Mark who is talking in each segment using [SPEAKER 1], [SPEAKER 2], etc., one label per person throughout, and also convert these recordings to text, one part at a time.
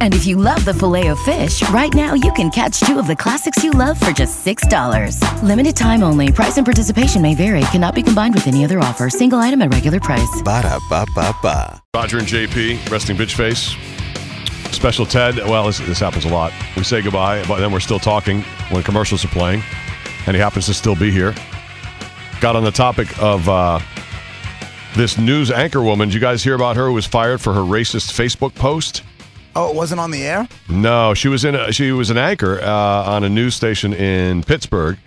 [SPEAKER 1] And if you love the filet of fish, right now you can catch two of the classics you love for just $6. Limited time only. Price and participation may vary. Cannot be combined with any other offer. Single item at regular price.
[SPEAKER 2] Ba-da-ba-ba-ba.
[SPEAKER 3] Roger and JP, resting bitch face. Special Ted. Well, this, this happens a lot. We say goodbye, but then we're still talking when commercials are playing, and he happens to still be here. Got on the topic of uh, this news anchor woman. Did you guys hear about her who was fired for her racist Facebook post?
[SPEAKER 4] Oh, it wasn't on the air?
[SPEAKER 3] No, she was in. A, she was an anchor uh, on a news station in Pittsburgh,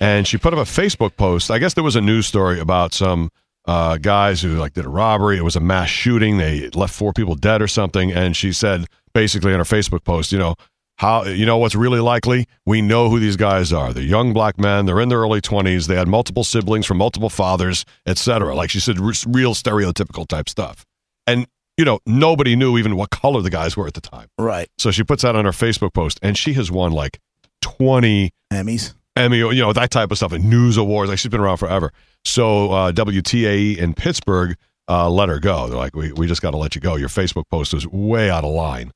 [SPEAKER 3] and she put up a Facebook post. I guess there was a news story about some uh, guys who like did a robbery. It was a mass shooting. They left four people dead or something. And she said basically in her Facebook post, you know how you know what's really likely? We know who these guys are. They're young black men. They're in their early twenties. They had multiple siblings from multiple fathers, etc. Like she said, r- real stereotypical type stuff. And you know nobody knew even what color the guys were at the time.
[SPEAKER 4] Right.
[SPEAKER 3] So she puts that on her Facebook post, and she has won like 20
[SPEAKER 4] Emmys.
[SPEAKER 3] Emmy, you know, that type of stuff, and news awards. Like she's been around forever. So uh, WTAE in Pittsburgh uh, let her go. They're like, we, we just got to let you go. Your Facebook post is way out of line.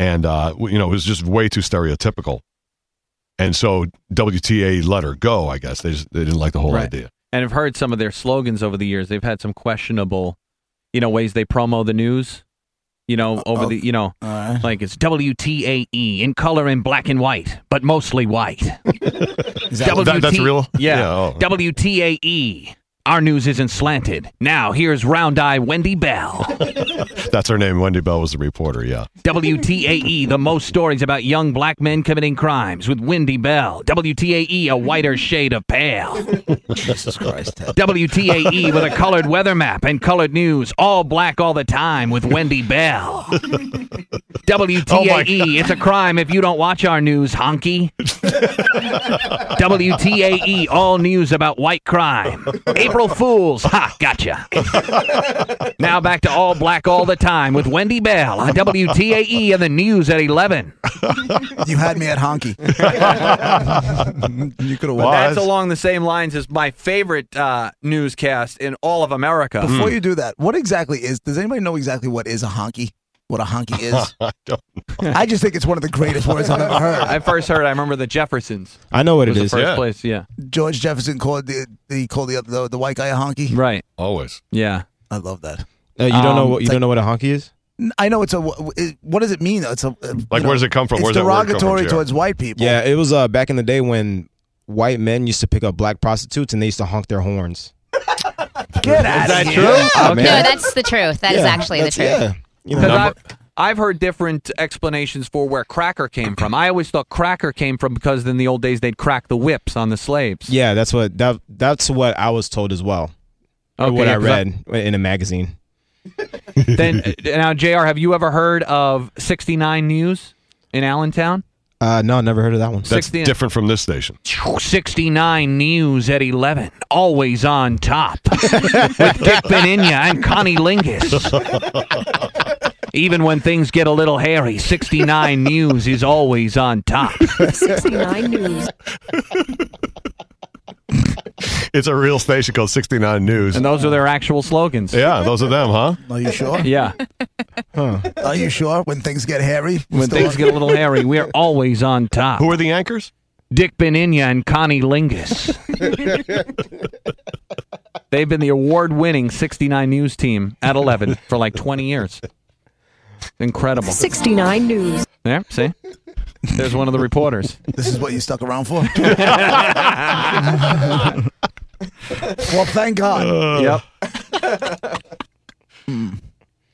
[SPEAKER 3] And, uh, w- you know, it was just way too stereotypical. And so WTA let her go, I guess. They, just, they didn't like the whole
[SPEAKER 5] Right.
[SPEAKER 3] idea.
[SPEAKER 5] and I've heard some of their slogans over the years. They've had some questionable, you know, ways they promo the news. You know, over
[SPEAKER 4] oh.
[SPEAKER 5] the you know,
[SPEAKER 4] All right.
[SPEAKER 5] like it's WTAE E in color in black and white, but mostly white.
[SPEAKER 4] Is that
[SPEAKER 3] That- that's real?
[SPEAKER 5] Yeah.
[SPEAKER 3] Yeah, oh.
[SPEAKER 5] WTAE. E. Our news isn't slanted. Now here's round eye Wendy Bell.
[SPEAKER 3] That's her name. Wendy Bell was the reporter. Yeah.
[SPEAKER 5] WTAE, E, the most stories about young black men committing crimes with Wendy Bell. WTAE, a whiter shade of pale.
[SPEAKER 4] Jesus Christ. Ted.
[SPEAKER 5] WTAE with a colored weather map and colored news, all black all the time with Wendy Bell. WTAE, it's a crime if you don't watch our news, honky. WTAE, E, all news about white crime. April Fools, ha, gotcha. now back to all black all the time with Wendy Bell on WTAE E and the news at 11.
[SPEAKER 4] you had me at honky. you could have
[SPEAKER 3] Wow,
[SPEAKER 4] won.
[SPEAKER 5] That's
[SPEAKER 3] that's-
[SPEAKER 5] along the same lines as my favorite uh, newscast in all of America.
[SPEAKER 4] Before you do that, what exactly is, does anybody know exactly what is a honky? What a honky is?
[SPEAKER 3] I don't-
[SPEAKER 4] I just think it's one of the greatest words I've ever heard.
[SPEAKER 5] I first heard. I remember the Jeffersons.
[SPEAKER 6] I know what
[SPEAKER 5] was
[SPEAKER 6] it
[SPEAKER 5] the
[SPEAKER 6] is.
[SPEAKER 5] first
[SPEAKER 3] yeah.
[SPEAKER 5] place. Yeah,
[SPEAKER 4] George Jefferson called the, he called the, the, the white guy a honky.
[SPEAKER 5] right.
[SPEAKER 3] Always.
[SPEAKER 5] Yeah,
[SPEAKER 4] I love that.
[SPEAKER 6] Uh, you don't know
[SPEAKER 5] Um,
[SPEAKER 6] what you don't know what a honky is?
[SPEAKER 4] N- I know it's a, it- what does it mean? though? It's a, uh,
[SPEAKER 3] Like, where does it come from?
[SPEAKER 4] It's
[SPEAKER 3] Where's that word come from,
[SPEAKER 4] derogatory
[SPEAKER 3] JR?
[SPEAKER 4] towards white people.
[SPEAKER 6] Yeah, it was uh, back in the day when white men used to pick up black prostitutes and they used to honk their horns.
[SPEAKER 4] Get out of here.
[SPEAKER 6] Yeah,
[SPEAKER 5] Okay.
[SPEAKER 7] No,
[SPEAKER 6] man.
[SPEAKER 7] that's the truth. That is
[SPEAKER 6] Yeah,
[SPEAKER 7] actually the
[SPEAKER 6] that's-
[SPEAKER 7] truth.
[SPEAKER 6] Yeah. You
[SPEAKER 5] because
[SPEAKER 6] know,
[SPEAKER 5] I've, I've heard different explanations for where cracker came from. I always thought cracker came from because in the old days they'd crack the whips on the slaves.
[SPEAKER 6] yeah, that's what that that's what I was told as well. Or
[SPEAKER 5] Okay,
[SPEAKER 6] what
[SPEAKER 5] yeah,
[SPEAKER 6] I
[SPEAKER 5] 'cause
[SPEAKER 6] read in a magazine.
[SPEAKER 5] then uh, now, Jr. Have you ever heard of 69 News in Allentown?
[SPEAKER 6] Uh, no, never heard of that one.
[SPEAKER 3] That's
[SPEAKER 5] 16.
[SPEAKER 3] different from this station.
[SPEAKER 5] 69 News at 11, always on top. With Dick Beninia and Connie Lingus. Even when things get a little hairy, 69 News is always on top.
[SPEAKER 8] 69 News.
[SPEAKER 3] It's a real station called 69 News.
[SPEAKER 5] And those are their actual slogans.
[SPEAKER 3] yeah, those are them, huh?
[SPEAKER 4] Are you sure?
[SPEAKER 5] Yeah.
[SPEAKER 4] Are you sure? When things get hairy?
[SPEAKER 5] When
[SPEAKER 4] Still-
[SPEAKER 5] things get a little hairy, we're always on top.
[SPEAKER 3] Who are the anchors?
[SPEAKER 5] Dick Beninia and Connie Lingus. They've been the award winning 69 News team at 11 for like 20 years. Incredible.
[SPEAKER 8] 69 News.
[SPEAKER 5] There, see? There's one of the reporters.
[SPEAKER 4] This is what you stuck around for? well, thank God.
[SPEAKER 5] yep.
[SPEAKER 4] Mm.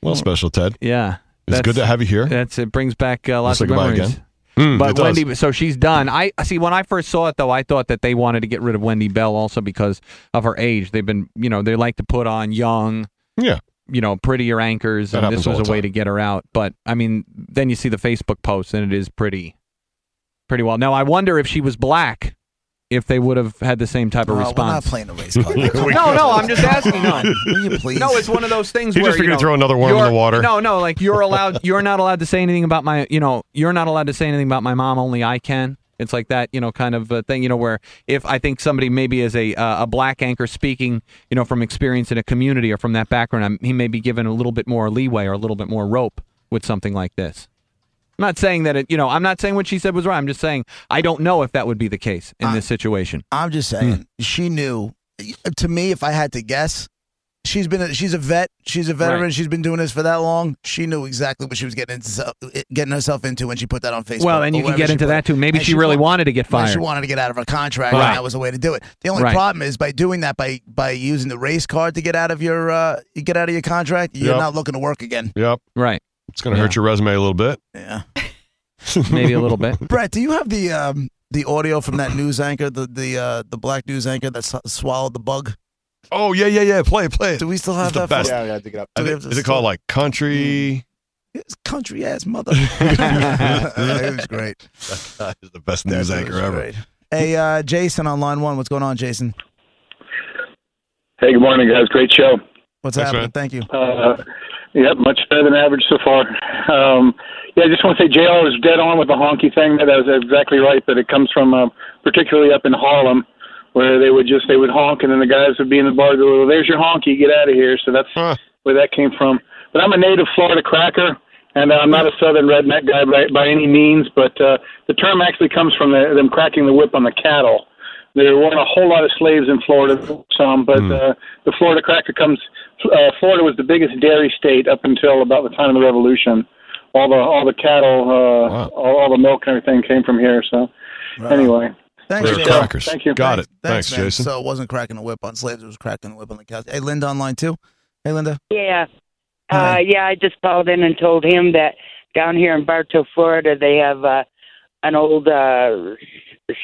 [SPEAKER 3] Well, special Ted.
[SPEAKER 5] Yeah.
[SPEAKER 3] It's good to have you here.
[SPEAKER 5] That's it. Brings back uh, lots
[SPEAKER 3] say
[SPEAKER 5] of
[SPEAKER 3] goodbye
[SPEAKER 5] memories.
[SPEAKER 3] again. Mm, it
[SPEAKER 5] But
[SPEAKER 3] does.
[SPEAKER 5] Wendy, so she's done. I see. When I first saw it, though, I thought that they wanted to get rid of Wendy Bell also because of her age. They've been, you know, they like to put on young,
[SPEAKER 3] yeah,
[SPEAKER 5] you know, prettier anchors,
[SPEAKER 3] That
[SPEAKER 5] and this
[SPEAKER 3] happens all
[SPEAKER 5] was a
[SPEAKER 3] the
[SPEAKER 5] way
[SPEAKER 3] time.
[SPEAKER 5] to get her out. But I mean, then you see the Facebook post, and it is pretty, pretty well. Now I wonder if she was black, if they would have had the same type of
[SPEAKER 4] No, we're not
[SPEAKER 5] response.
[SPEAKER 4] playing a race car. Come on.
[SPEAKER 5] no, no, I'm just asking. On.
[SPEAKER 4] Will you please?
[SPEAKER 5] No, it's one of those things
[SPEAKER 3] He
[SPEAKER 5] where
[SPEAKER 3] just
[SPEAKER 5] you
[SPEAKER 3] figured
[SPEAKER 5] know,
[SPEAKER 3] to throw another worm in
[SPEAKER 5] you're-
[SPEAKER 3] the water.
[SPEAKER 5] No, no, like you're allowed. You're not allowed to say anything about my. You know, you're not allowed to say anything about my mom. Only I can. It's like that, you know, kind of a thing, you know, where if I think somebody maybe is a uh, a black anchor speaking, you know, from experience in a community or from that background, I'm, he may be given a little bit more leeway or a little bit more rope with something like this. I'm not saying that it, you know, I'm not saying what she said was right. I'm just saying I don't know if that would be the case
[SPEAKER 9] Ah.
[SPEAKER 5] in this situation.
[SPEAKER 4] I'm just saying
[SPEAKER 9] Hmm.
[SPEAKER 4] she knew. To me, if I had to guess, she's been a, she's a vet. She's a veteran.
[SPEAKER 5] Right.
[SPEAKER 4] She's been doing this for that long. She knew exactly what she was getting into, getting herself into when she put that on Facebook.
[SPEAKER 9] Well, and
[SPEAKER 4] or
[SPEAKER 5] Oh,
[SPEAKER 9] you can
[SPEAKER 4] wherever
[SPEAKER 9] get
[SPEAKER 4] she
[SPEAKER 9] into
[SPEAKER 4] put
[SPEAKER 9] that
[SPEAKER 4] it.
[SPEAKER 9] too. Maybe
[SPEAKER 4] And
[SPEAKER 9] she really
[SPEAKER 4] wa-
[SPEAKER 9] wanted to get
[SPEAKER 4] and
[SPEAKER 9] fired.
[SPEAKER 4] She wanted to get out of her contract,
[SPEAKER 9] Right.
[SPEAKER 4] and that was the way to do it. The only
[SPEAKER 9] Right.
[SPEAKER 4] problem is by doing that by by using the race card to get out of your uh, you get out of your contract, you're
[SPEAKER 3] Yep.
[SPEAKER 4] not looking to work again.
[SPEAKER 3] Yep.
[SPEAKER 9] Right.
[SPEAKER 3] It's going to hurt your resume a little bit.
[SPEAKER 4] Yeah,
[SPEAKER 9] Maybe a little bit.
[SPEAKER 4] Brett, do you have the um, the audio from that news anchor, the the uh, the black news anchor that s- swallowed the bug?
[SPEAKER 3] Oh, yeah, yeah, yeah. Play it, play it.
[SPEAKER 4] Do we still
[SPEAKER 3] It's
[SPEAKER 4] have
[SPEAKER 3] the
[SPEAKER 4] that?
[SPEAKER 3] best.
[SPEAKER 4] for-
[SPEAKER 6] I gotta dig it up.
[SPEAKER 3] I
[SPEAKER 4] do we
[SPEAKER 3] think-
[SPEAKER 4] have to
[SPEAKER 3] is it called
[SPEAKER 4] still-
[SPEAKER 3] like country?
[SPEAKER 4] His country ass mother. it was great.
[SPEAKER 3] That is the best news
[SPEAKER 4] Mm. That
[SPEAKER 3] anchor
[SPEAKER 4] was
[SPEAKER 3] ever.
[SPEAKER 4] great. Hey, uh, Jason on line one. What's going on, Jason?
[SPEAKER 10] Hey, good morning, guys. Great show.
[SPEAKER 4] What's
[SPEAKER 3] Thanks,
[SPEAKER 4] happening?
[SPEAKER 3] man.
[SPEAKER 4] Thank you.
[SPEAKER 10] Uh, yep, much better than average so far. Um, yeah, I just want to say JL is dead on with the honky thing. That was exactly right. That it comes from, um, particularly up in Harlem, where they would just they would honk, and then the guys would be in the bar. They would, There's your honky. Get out of here. So that's
[SPEAKER 3] Huh.
[SPEAKER 10] where that came from. But I'm a native Florida cracker, and uh, I'm not a Southern redneck guy by, by any means. But uh, the term actually comes from the, them cracking the whip on the cattle. There weren't a whole lot of slaves in Florida, some, but uh, the Florida cracker comes. Uh, Florida was the biggest dairy state up until about the time of the Revolution. All the all the cattle, uh,
[SPEAKER 3] Wow.
[SPEAKER 10] all, all the milk and everything came from here. So anyway,
[SPEAKER 4] Thanks,
[SPEAKER 3] They're
[SPEAKER 4] Jason.
[SPEAKER 3] crackers.
[SPEAKER 10] Thank you.
[SPEAKER 3] Got it. Thanks,
[SPEAKER 4] Thanks, man.
[SPEAKER 3] Jason.
[SPEAKER 4] So it wasn't cracking the whip on slaves; it was cracking the whip on the couch. Hey, Linda on line two. Hey, Linda.
[SPEAKER 11] Yeah. Uh,
[SPEAKER 4] Hi.
[SPEAKER 11] yeah, I just called in and told him that down here in Bartow, Florida, they have uh, an old uh,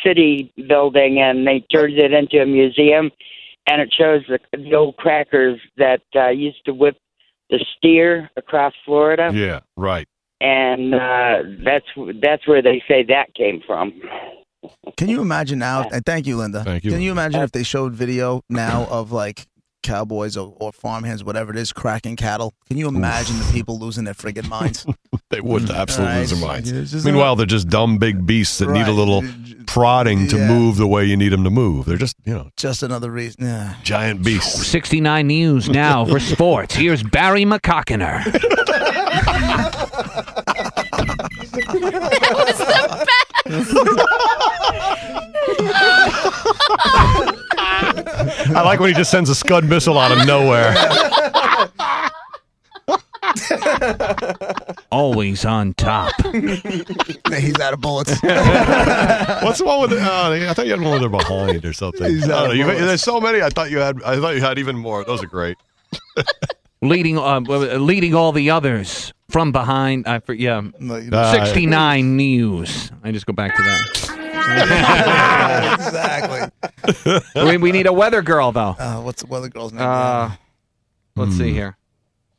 [SPEAKER 11] city building and they turned it into a museum. And it shows the, the old crackers that uh, used to whip the steer across Florida.
[SPEAKER 3] yeah, right.
[SPEAKER 11] And uh, that's that's where they say that came from.
[SPEAKER 4] Can you imagine now? And thank you, Linda.
[SPEAKER 3] Thank you,
[SPEAKER 4] Can you imagine if they showed video now of like cowboys or, or farmhands, whatever it is, cracking cattle? Can you imagine the people losing their friggin' minds?
[SPEAKER 3] They would absolutely
[SPEAKER 4] All
[SPEAKER 3] lose their
[SPEAKER 4] right. Yeah, it's
[SPEAKER 3] minds.
[SPEAKER 4] just
[SPEAKER 3] Meanwhile, they're just dumb big beasts that need a
[SPEAKER 4] Right.
[SPEAKER 3] little prodding to
[SPEAKER 4] Yeah.
[SPEAKER 3] move the way you need them to move. They're just, you know,
[SPEAKER 4] Just another reason. Yeah.
[SPEAKER 3] giant beasts.
[SPEAKER 9] 69 News now for sports. Here's Barry McCockiner.
[SPEAKER 3] I like when he just sends a Scud missile out of nowhere.
[SPEAKER 9] Always on top.
[SPEAKER 4] He's out of bullets.
[SPEAKER 3] What's the one with? Uh, I thought you had one where they're behind or something. I don't know. You- there's so many. I thought you had. I thought you had even more. Those are great.
[SPEAKER 9] Leading uh, uh, leading all the others from behind. I for, yeah.
[SPEAKER 4] No, you-
[SPEAKER 3] Uh,
[SPEAKER 9] 69 News. I just go back to that.
[SPEAKER 4] exactly.
[SPEAKER 9] we, we need a weather girl, though.
[SPEAKER 4] Uh, what's the weather girl's name?
[SPEAKER 9] Uh, let's see here.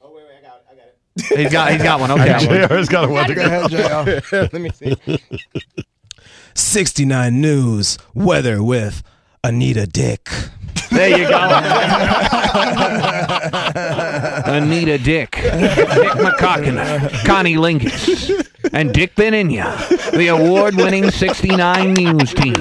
[SPEAKER 9] Oh, wait, wait, I got it. I got it. He's got, he's got one. Okay.
[SPEAKER 3] JR's got a one to
[SPEAKER 4] Go
[SPEAKER 3] go.
[SPEAKER 4] ahead, JL.
[SPEAKER 6] Let me see. 69 News Weather with Anita Dick.
[SPEAKER 9] There you go. Anita Dick, Dick McCockina, Connie Lingus, and Dick Beninia, the award-winning 69 News team,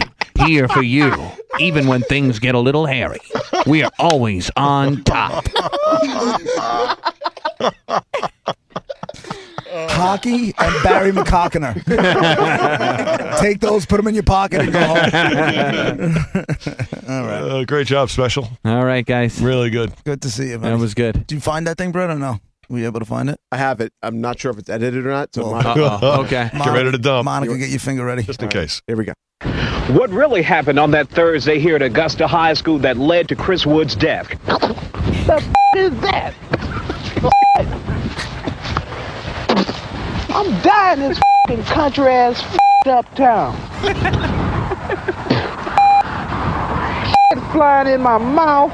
[SPEAKER 9] here for you, even when things get a little hairy. We are always on top.
[SPEAKER 4] Hockey and Barry McCockiner. Take those, put them in your pocket, and go home.
[SPEAKER 3] Uh, great job, special.
[SPEAKER 9] All right, guys.
[SPEAKER 3] Really good.
[SPEAKER 4] Good to see you, man.
[SPEAKER 9] That was good.
[SPEAKER 4] Did you find that thing, Brett, or no? Were you able to find it?
[SPEAKER 12] I have it. I'm not sure if it's edited or not. So
[SPEAKER 4] Well,
[SPEAKER 12] Monica-
[SPEAKER 9] Uh-oh. Okay.
[SPEAKER 3] Get ready to dump,
[SPEAKER 4] Monica, get your finger ready.
[SPEAKER 3] just in case.
[SPEAKER 12] here we go.
[SPEAKER 13] What really happened on that Thursday here at Augusta High School that led to Chris Wood's death? The f- is that? I'm dying in this fing country ass fing uptown. Shit flying in my mouth.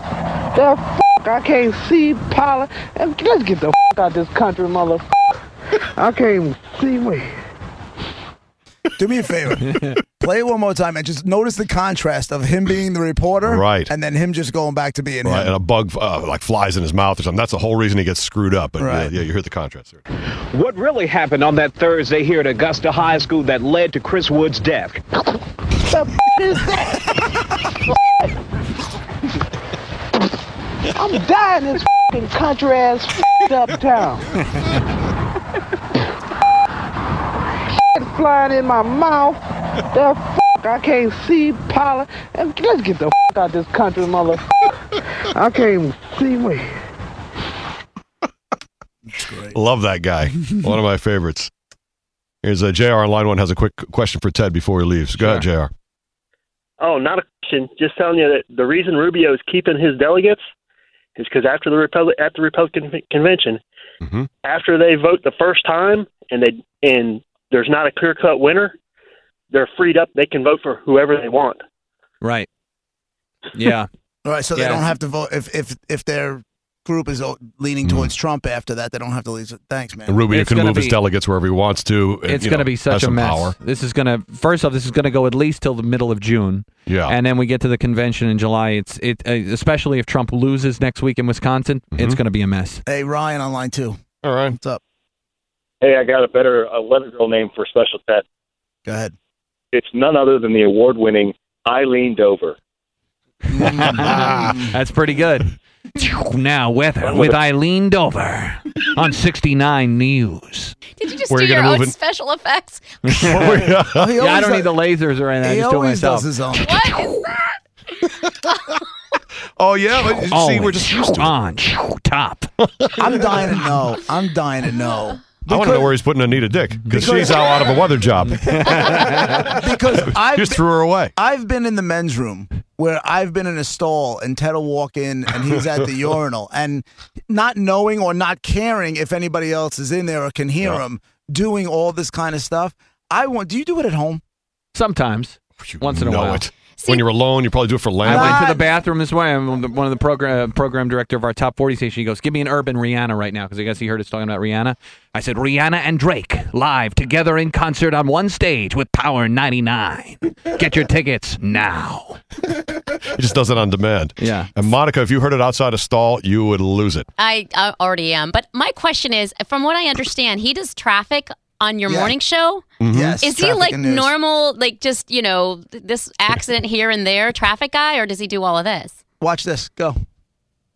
[SPEAKER 13] The f- I can't see pollen. And Let's get the f- out this country, motherfucker. I can't even see me.
[SPEAKER 4] Do me a favor. Play it one more time and just notice the contrast of him being the reporter,
[SPEAKER 3] Right.
[SPEAKER 4] and then him just going back to being
[SPEAKER 3] Right,
[SPEAKER 4] him.
[SPEAKER 3] and a bug uh, like flies in his mouth or something. That's the whole reason he gets screwed up. But
[SPEAKER 13] Right.
[SPEAKER 3] yeah, yeah, you heard the contrast there.
[SPEAKER 13] What really happened on that Thursday here at Augusta High School that led to Chris Wood's death?
[SPEAKER 14] The is that? I'm dying in this fing country ass fing uptown. flying in my mouth. The f- I can't see pollen. And Let's get the f- out this country, mother. I can't even see me.
[SPEAKER 3] Love that guy. One of my favorites. Here's a JR on line one has a quick question for Ted before he leaves. Go ahead, JR.
[SPEAKER 15] Oh, not a question. Just telling you that the reason Rubio is keeping his delegates is because after the Republic at the Republican convention,
[SPEAKER 3] Mhm.
[SPEAKER 15] after they vote the first time and they and there's not a clear cut winner, they're freed up. They can vote for whoever they want.
[SPEAKER 5] Right. Yeah.
[SPEAKER 4] Right, so
[SPEAKER 5] Yeah.
[SPEAKER 4] they don't have to vote if if if their group is o-
[SPEAKER 3] Mm.
[SPEAKER 4] leaning towards Trump after that. They don't have to leave. Thanks, man.
[SPEAKER 3] And Rubio
[SPEAKER 5] It's
[SPEAKER 3] can
[SPEAKER 5] gonna
[SPEAKER 3] move his
[SPEAKER 5] be-
[SPEAKER 3] delegates wherever he wants to. and,
[SPEAKER 5] It's
[SPEAKER 3] you
[SPEAKER 5] going
[SPEAKER 3] know,
[SPEAKER 5] to be
[SPEAKER 3] has
[SPEAKER 5] such a
[SPEAKER 3] some
[SPEAKER 5] mess.
[SPEAKER 3] Power.
[SPEAKER 5] This is going to first off, this is going to go at least till the middle of June.
[SPEAKER 3] Yeah.
[SPEAKER 5] and then we get to the convention in July. It's it uh, especially if Trump loses next week in Wisconsin,
[SPEAKER 3] Mm-hmm.
[SPEAKER 5] it's going to be a mess.
[SPEAKER 4] Hey, Ryan on line two.
[SPEAKER 3] All right,
[SPEAKER 4] what's up?
[SPEAKER 16] Hey, I got a better a letter girl name for Special Ted.
[SPEAKER 4] Go ahead.
[SPEAKER 16] It's none other than the award winning Eileen Dover.
[SPEAKER 5] That's pretty good. now weather with Eileen Dover on 69 News.
[SPEAKER 17] Did you just
[SPEAKER 5] Where
[SPEAKER 17] do
[SPEAKER 5] you gonna
[SPEAKER 17] your
[SPEAKER 5] move
[SPEAKER 17] own
[SPEAKER 5] in-
[SPEAKER 17] special effects?
[SPEAKER 5] yeah,
[SPEAKER 4] He
[SPEAKER 5] I
[SPEAKER 4] always
[SPEAKER 5] don't need
[SPEAKER 4] does-
[SPEAKER 5] the lasers or anything. I
[SPEAKER 4] he
[SPEAKER 5] just do it
[SPEAKER 4] always
[SPEAKER 5] myself.
[SPEAKER 4] does his own.
[SPEAKER 17] What is that?
[SPEAKER 3] Oh yeah, but you see, we're
[SPEAKER 5] Always
[SPEAKER 3] just used to it.
[SPEAKER 5] on top.
[SPEAKER 4] I'm dying to know. I'm dying to know.
[SPEAKER 3] I want to know where he's putting Anita Dick because
[SPEAKER 4] Because-
[SPEAKER 3] she's out, out of a weather job.
[SPEAKER 4] because I've
[SPEAKER 3] just
[SPEAKER 4] been-
[SPEAKER 3] threw her away.
[SPEAKER 4] I've been in the men's room where I've been in a stall and Ted will walk in and he's at the urinal and not knowing or not caring if anybody else is in there or can hear him doing all this kind of stuff. I want. Do you do it at home?
[SPEAKER 5] Sometimes, once in a
[SPEAKER 3] know
[SPEAKER 5] while.
[SPEAKER 3] it. when you're alone, you probably do it for
[SPEAKER 5] I
[SPEAKER 3] land.
[SPEAKER 5] went to the bathroom this morning. I'm the- One of the program uh, program director of our top 40 station. He goes, "Give me an urban Rihanna right now," because I guess he heard us talking about Rihanna. I said, "Rihanna and Drake live together in concert on one stage with Power 99. Get your tickets now."
[SPEAKER 3] He just does it on demand. Yeah. And Monica, if you heard it outside a stall, you would lose it.
[SPEAKER 17] I, I already am. But my question is, from what I understand, he does traffic on your morning show.
[SPEAKER 5] Mm-hmm.
[SPEAKER 3] Mhm.
[SPEAKER 4] Yes,
[SPEAKER 17] is he
[SPEAKER 4] traffic
[SPEAKER 17] like
[SPEAKER 4] and news.
[SPEAKER 17] normal, like just you know th- this accident here and there traffic guy, or does he do all of this?
[SPEAKER 4] Watch this. Go.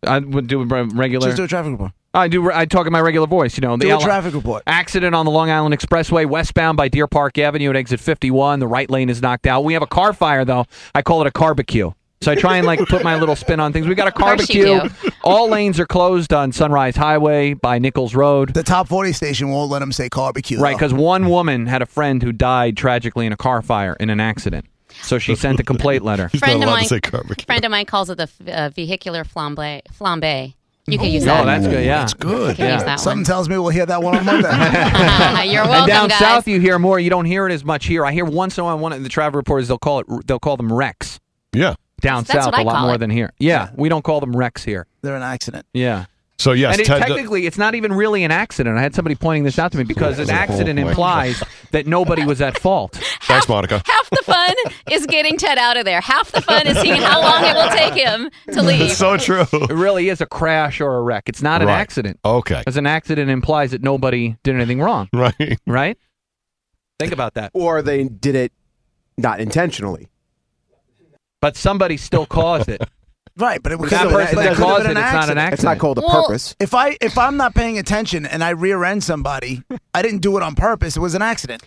[SPEAKER 5] I would do a re- regular.
[SPEAKER 4] Just do a traffic report.
[SPEAKER 5] I do. I talk in my regular voice. You know,
[SPEAKER 4] Do a
[SPEAKER 5] outli-
[SPEAKER 4] traffic report.
[SPEAKER 5] Accident on the Long Island Expressway, westbound by Deer Park Avenue at exit 51. The right lane is knocked out. We have a car fire though. I call it a carbecue. So I try and like put my little spin on things. We got a
[SPEAKER 4] course you
[SPEAKER 5] carbecue. All lanes are closed on Sunrise Highway by Nichols Road.
[SPEAKER 4] The top 40 station won't let him say barbecue.
[SPEAKER 5] Right, because one woman had a friend who died tragically in a car fire in an accident. So she sent a complaint letter.
[SPEAKER 17] Friend of mine, friend of mine calls it the f- uh, vehicular flambe. Flambe. You can use that.
[SPEAKER 5] Oh, that's good. Yeah, that's
[SPEAKER 4] good.
[SPEAKER 17] Can use
[SPEAKER 5] Yeah.
[SPEAKER 17] that
[SPEAKER 4] Something tells me we'll hear that one on Monday.
[SPEAKER 7] Uh-huh,
[SPEAKER 17] You're welcome,
[SPEAKER 5] and down
[SPEAKER 17] guys.
[SPEAKER 5] south, you hear more. You don't hear it as much here. I hear once in a while one of the travel reporters they'll call it they'll call them wrecks.
[SPEAKER 3] Yeah,
[SPEAKER 5] down
[SPEAKER 17] That's
[SPEAKER 5] south
[SPEAKER 17] what I
[SPEAKER 5] a lot
[SPEAKER 17] call
[SPEAKER 5] more
[SPEAKER 17] it.
[SPEAKER 5] than here. Yeah, we don't call them wrecks here.
[SPEAKER 4] They're an accident.
[SPEAKER 5] Yeah.
[SPEAKER 3] So yes,
[SPEAKER 5] and it,
[SPEAKER 3] Ted-
[SPEAKER 5] technically, it's not even really an accident. I had somebody pointing this out to me because an
[SPEAKER 3] Oh,
[SPEAKER 5] accident
[SPEAKER 3] my God.
[SPEAKER 5] implies that nobody was at fault.
[SPEAKER 3] Thanks, Monica.
[SPEAKER 17] Half the fun is getting Ted out of there. Half the fun is seeing how long it will take him to leave.
[SPEAKER 3] so true. It
[SPEAKER 5] really is a crash or a wreck. It's not an
[SPEAKER 3] Right.
[SPEAKER 5] accident.
[SPEAKER 3] Okay.
[SPEAKER 5] Because an accident implies that nobody did anything wrong.
[SPEAKER 3] Right.
[SPEAKER 5] Right? Think about that.
[SPEAKER 12] Or they did it not intentionally.
[SPEAKER 5] But somebody still caused it.
[SPEAKER 4] Right, but it was
[SPEAKER 5] That
[SPEAKER 4] it-
[SPEAKER 5] person
[SPEAKER 4] but
[SPEAKER 5] that
[SPEAKER 4] it could've
[SPEAKER 5] caused
[SPEAKER 4] been
[SPEAKER 5] it, it's not an
[SPEAKER 12] It's not called a
[SPEAKER 4] Well,
[SPEAKER 12] purpose.
[SPEAKER 4] If I if I'm not paying attention and I rear end somebody, I didn't do it on purpose. It was an accident.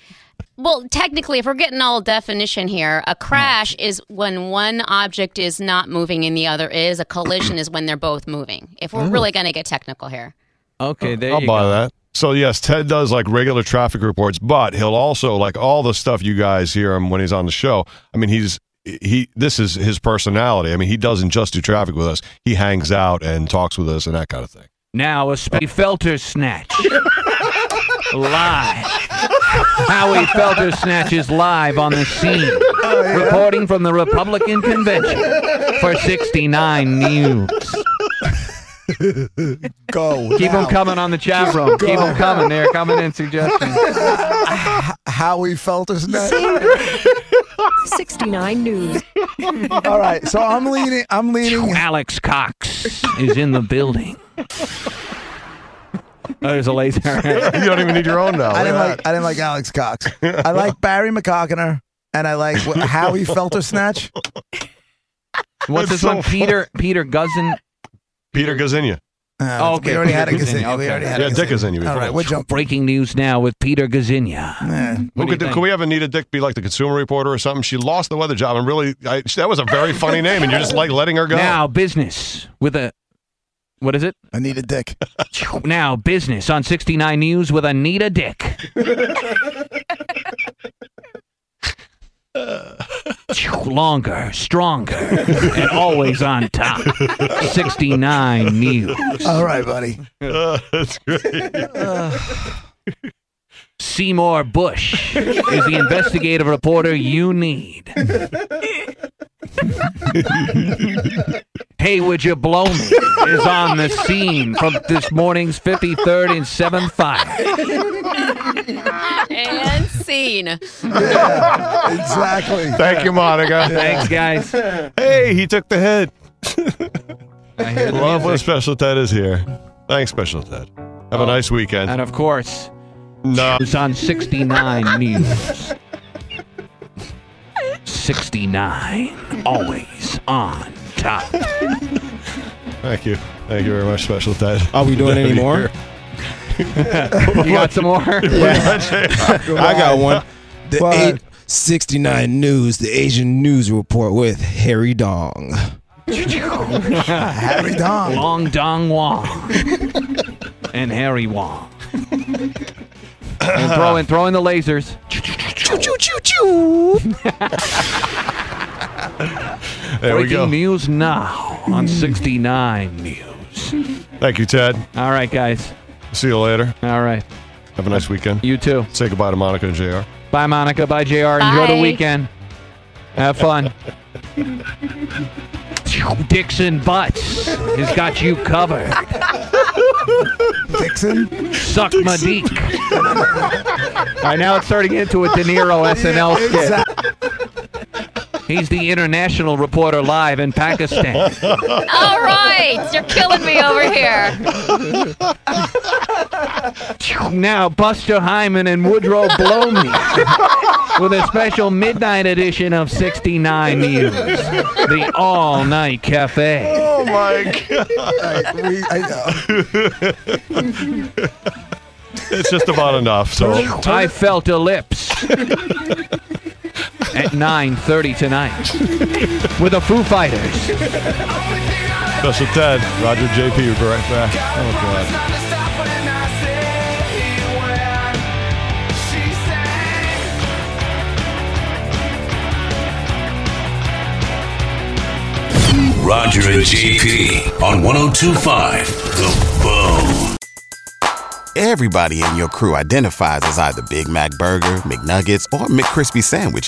[SPEAKER 17] Well, technically, if we're getting all definition here, a crash is when one object is not moving and the other is. A collision is when they're both moving. If we're
[SPEAKER 3] Oh.
[SPEAKER 17] really going to get technical here.
[SPEAKER 5] Okay, there
[SPEAKER 3] I'll
[SPEAKER 5] you
[SPEAKER 3] buy
[SPEAKER 5] go.
[SPEAKER 3] that. So yes, Ted does like regular traffic reports, but he'll also like all the stuff you guys hear him when he's on the show. I mean, he's he. This is his personality. I mean, he doesn't just do traffic with us. He hangs out and talks with us and that kind of thing.
[SPEAKER 5] Now a Spe- Felter snatch. live. Howie Felter snatch is live on the scene, reporting from the Republican convention for 69 News.
[SPEAKER 4] Go.
[SPEAKER 5] Keep them coming on the chat room. Keep them coming. They're coming in suggestions.
[SPEAKER 4] Howie felt his neck.
[SPEAKER 8] 69 News.
[SPEAKER 4] All right, so I'm leaning. I'm leaning.
[SPEAKER 5] Alex Cox is in the building. Oh, there's a laser.
[SPEAKER 3] you don't even need your own now.
[SPEAKER 4] I didn't like. I didn't like Alex Cox. I like Barry McCockiner, and I like wh- Howie Feltersnatch.
[SPEAKER 5] What's this one? Peter Peter Guzin.
[SPEAKER 3] Peter Gazinia.
[SPEAKER 4] Uh, we already had a Gazzini. We already had a
[SPEAKER 3] Yeah, Dick Gazzini.
[SPEAKER 4] All right, we'll jump.
[SPEAKER 5] Breaking news now with Peter Gazinia.
[SPEAKER 3] Who could, could we have Anita Dick be like the consumer reporter or something? She lost the weather job, and really, I, that was a very funny name, and you're just like letting her go.
[SPEAKER 5] Now business with a what is it?
[SPEAKER 4] Anita Dick.
[SPEAKER 5] now business on 69 News with Anita Dick. Longer, stronger, and always on top. 69 News.
[SPEAKER 4] All right, buddy.
[SPEAKER 3] that's great.
[SPEAKER 5] Seymour Bush is the investigative reporter you need. hey, would you blow me? Is on the scene from this morning's 53rd and 7th fire.
[SPEAKER 17] and scene.
[SPEAKER 4] Yeah, exactly.
[SPEAKER 3] Thank you, Monica.
[SPEAKER 5] Thanks, guys.
[SPEAKER 3] Hey, he took the hit.
[SPEAKER 5] I hear the
[SPEAKER 3] Love when
[SPEAKER 5] music. Oh.
[SPEAKER 3] Special Ted is here. Thanks, Special Ted. Have a nice weekend.
[SPEAKER 5] And of course,
[SPEAKER 3] No.
[SPEAKER 5] it's on 69 News. 69, always on top.
[SPEAKER 3] Thank you. Thank you very much, Special Ted.
[SPEAKER 6] Are we doing any more?
[SPEAKER 5] You got some more?
[SPEAKER 6] I got one. The
[SPEAKER 4] What?
[SPEAKER 6] eight, 69 News, the Asian News Report with Harry Dong.
[SPEAKER 4] Harry Dong.
[SPEAKER 5] Long Dong Wong and Harry Wong. and throwing throwing the lasers.
[SPEAKER 3] There we
[SPEAKER 5] Breaking
[SPEAKER 3] go.
[SPEAKER 5] news now on 69 News.
[SPEAKER 3] Thank you, Ted.
[SPEAKER 5] All right, guys.
[SPEAKER 3] See you later.
[SPEAKER 5] All right.
[SPEAKER 3] Have a nice weekend.
[SPEAKER 5] You too.
[SPEAKER 3] Say goodbye to Monica and JR.
[SPEAKER 5] Bye, Monica. Bye, JR.
[SPEAKER 17] Bye.
[SPEAKER 5] Enjoy the weekend. Have fun. Dixon Butts has got you covered.
[SPEAKER 4] Dixon.
[SPEAKER 5] Suck my dick. All right, now it's starting into a De Niro SNL skit. He's the international reporter live in Pakistan.
[SPEAKER 17] All right, you're killing me over here.
[SPEAKER 5] now Buster Hyman and Woodrow Blomey with a special midnight edition of 69 News, the All Night Cafe.
[SPEAKER 3] Oh, my God.
[SPEAKER 4] Like, we, I,
[SPEAKER 3] It's just about enough. So
[SPEAKER 5] I felt a lips at 9:30 tonight with the Foo Fighters.
[SPEAKER 3] Special Ted, Roger JP, will be right back. Oh, God.
[SPEAKER 18] Roger and JP on 1025 The Bone.
[SPEAKER 2] Everybody in your crew identifies as either Big Mac Burger, McNuggets, or McCrispy Sandwich.